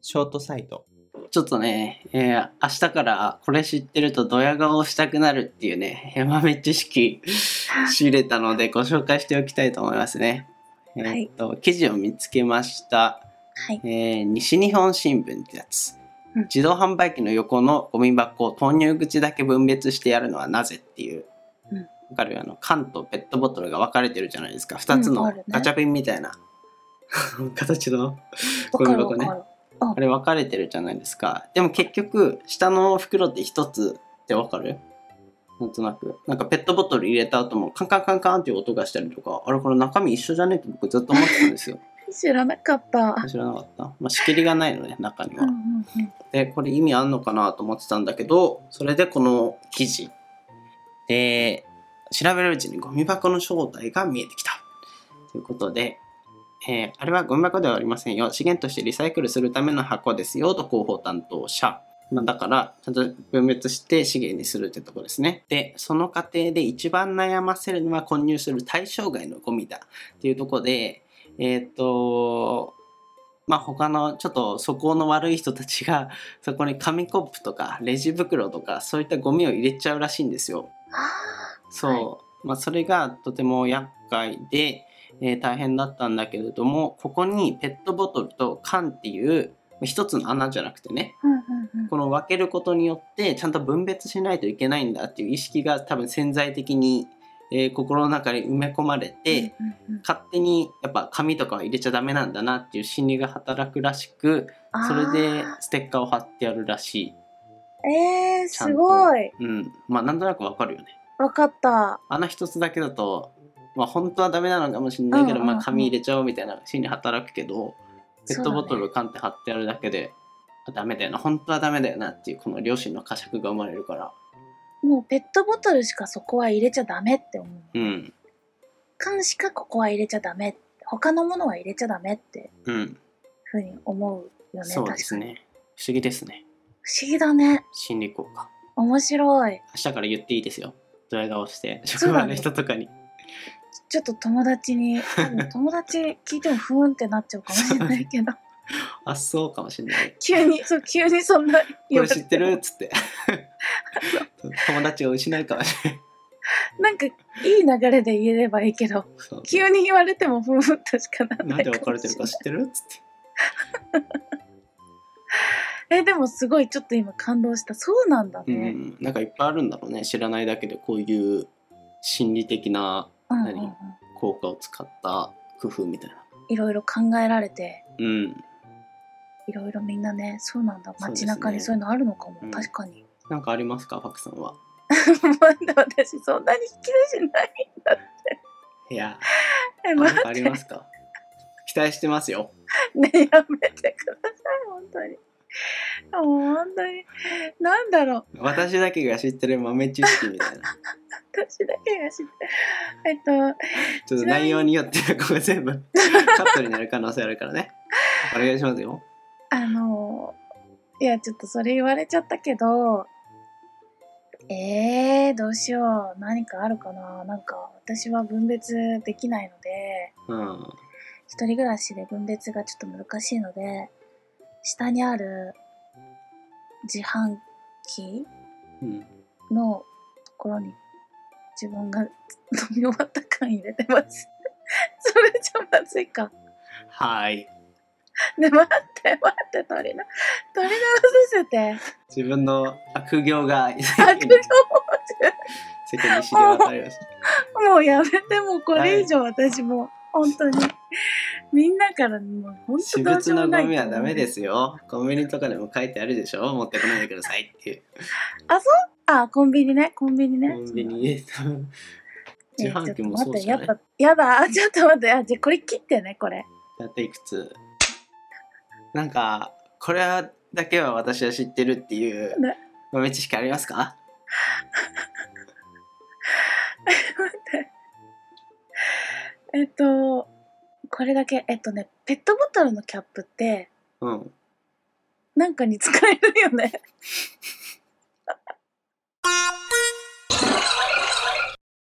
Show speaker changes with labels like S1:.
S1: ショートサイト。
S2: ちょっとね、えー明日からこれ知ってるとドヤ顔したくなるっていうね、えー豆知識 仕入れたのでご紹介しておきたいと思いますね。えーっと、記事を見つけました。
S3: はい。
S2: えー西日本新聞ってやつ
S3: うん
S2: 自動販売機の横のゴミ箱を投入口だけ分別してやるのはなぜっていう、
S3: うん
S2: わかるあの缶とペットボトルが分かれてるじゃないですか2つ
S3: うんあ
S2: の
S3: るね
S2: ガチャピンみたいな、 形の
S3: わ
S2: ゴミ
S3: かる
S2: 箱
S3: わ
S2: ね
S3: かる。
S2: あれ分かれてるじゃないですかでも結局下の袋って1つって分かるなんとなくなんかペットボトル入れた後もカンカンカンカンっていう音がしたりとかあれこれ中身一緒じゃねえって僕ずっと思ってたんですよ
S3: 知らなかった。
S2: 知らなかった、まあ、仕切りがないのね中に
S3: う
S2: は
S3: んう。んうん。
S2: でこれ意味あんのかなと思ってたんだけどそれでこの記事で調べるうちにゴミ箱の正体が見えてきたということで、えーあれはゴミ箱ではありませんよ資源としてリサイクルするための箱ですよと広報担当者、まあ、だからちゃんと分別して資源にするってとこですねでその過程で一番悩ませるのは混入する対象外のゴミだっていうところでえーっ、とまあ他のちょっと素行の悪い人たちがそこに紙コップとかレジ袋とかそういったゴミを入れちゃうらしいんですよ。
S3: あ
S2: そう、
S3: はい
S2: まあ、それがとても厄介で、えー大変だったんだけれどもここにペットボトルと缶っていう一つの穴じゃなくてね
S3: ーうんうんうん。
S2: この分けることによってちゃんと分別しないといけないんだっていう意識が多分潜在的に、えー心の中に埋め込まれて、
S3: うんうんうん
S2: 勝手にやっぱ紙とかは入れちゃダメなんだなっていう心理が働くらしくそれで
S3: あ
S2: ステッカーを貼ってやるらしい。
S3: ーえー、
S2: ちゃんと
S3: すごい。
S2: うん、まあなんとなくわかるよね。
S3: わかった。
S2: 穴一つだけだと、まあ本当はダメなのかもしれないけど、
S3: うんうんうん
S2: まあ紙入れちゃおうみたいな心理働くけど、ペットボトルを缶って貼ってあるだけで、あダメだよな、本当はダメだよなっていうこの両親の呵責が生まれるから、
S3: もうペットボトルしかそこは入れちゃダメって思う。
S2: うん、
S3: 缶しかここは入れちゃダメ。他のものは入れちゃダメって
S2: うん、
S3: ふうに思うよね。
S2: そうです
S3: 確かに。
S2: ね。不思議ですね。
S3: 不思議だね。
S2: 心理効果。
S3: 面白い。
S2: 明日から言っていいですよ。ドヤ顔して、
S3: そ
S2: 職
S3: うな
S2: 場
S3: の
S2: の人とかに。
S3: ちょっと友 達に、多分友達聞いてもふーんってなっちゃうかもしれないけど、
S2: あ、そうかもしれない。
S3: 急に、そう、急にそんな
S2: こ
S3: 言わ
S2: れ
S3: れも
S2: 知ってるっつ って。友達を失うかもしれない。
S3: なんか、いい流れで言えればいいけど、
S2: そう
S3: 急に言われてもふーんとしかなら
S2: な
S3: なんい
S2: で別
S3: かも
S2: れ
S3: してれ
S2: る
S3: な
S2: か
S3: い。
S2: 知ってるっつって。
S3: え、でもすごいちょっと今感動した。そうなんだ
S2: う
S3: ね。
S2: ん、なんかいっぱいあるんだろうね知らないだけでこういう心理的な
S3: うん、うん、う
S2: 何
S3: ん。
S2: 効果を使った工夫みたいな。
S3: いろいろ考えられて、
S2: うん、
S3: いろいろみんなね、そうなん
S2: そう
S3: だ。
S2: です
S3: 街
S2: ね
S3: 中にそういうのあるのかも。
S2: うん
S3: 確かに。
S2: なんかありますかファクさんは。
S3: まだ私そんなに引き出しない。
S2: いや
S3: え、
S2: ーなん
S3: 待
S2: かあ
S3: っ
S2: り
S3: て。
S2: ますか期待してますよ。
S3: ね、やめてください、本当に。もう本当に。なんだろう、
S2: 私だけが知ってる豆知識みたいな。
S3: 私だけが知って。えっと、
S2: ちょっと内容によってこれ全 部カットになる可能性あるからね。お願いしますよ。
S3: あの、いや、ちょっとそれ言われちゃったけど、えー、どうしよう。何かあるかな。なんか、私は分別できないので、
S2: うん。
S3: 一人暮らしで分別がちょっと難しいので、下にある自販機
S2: うん、
S3: のところに自分が飲み終わった缶入れてます。 それじゃまずいか。
S2: はい。
S3: ね、待って待って、取りな、取り直させて。
S2: 自分の悪行が
S3: 悪行
S2: 世間に知り渡りました。
S3: もうやめて、もうこれ以上私も、本当に。みんなからもう本
S2: 私
S3: 当どうし
S2: 物
S3: ようも
S2: の
S3: ない。
S2: ゴミはダメですすよ。コンビニとかでも書いてあるでしょ持ってこないでくださいっていう。
S3: あ、コンビニね、コンビニね。
S2: コンビニで。
S3: え
S2: 自販機もそうじゃない
S3: ちょっと待って、やっぱ、やだ、ちょっと待って、あ、じゃあこれ切ってね、これ。
S2: だっていくつなんか、これだけは私は知ってるっていう
S3: ね
S2: 豆知識ありますか
S3: えっと、これだけ、えっとね、ペットボトルのキャップって、
S2: うん。
S3: なんかに使えるよね。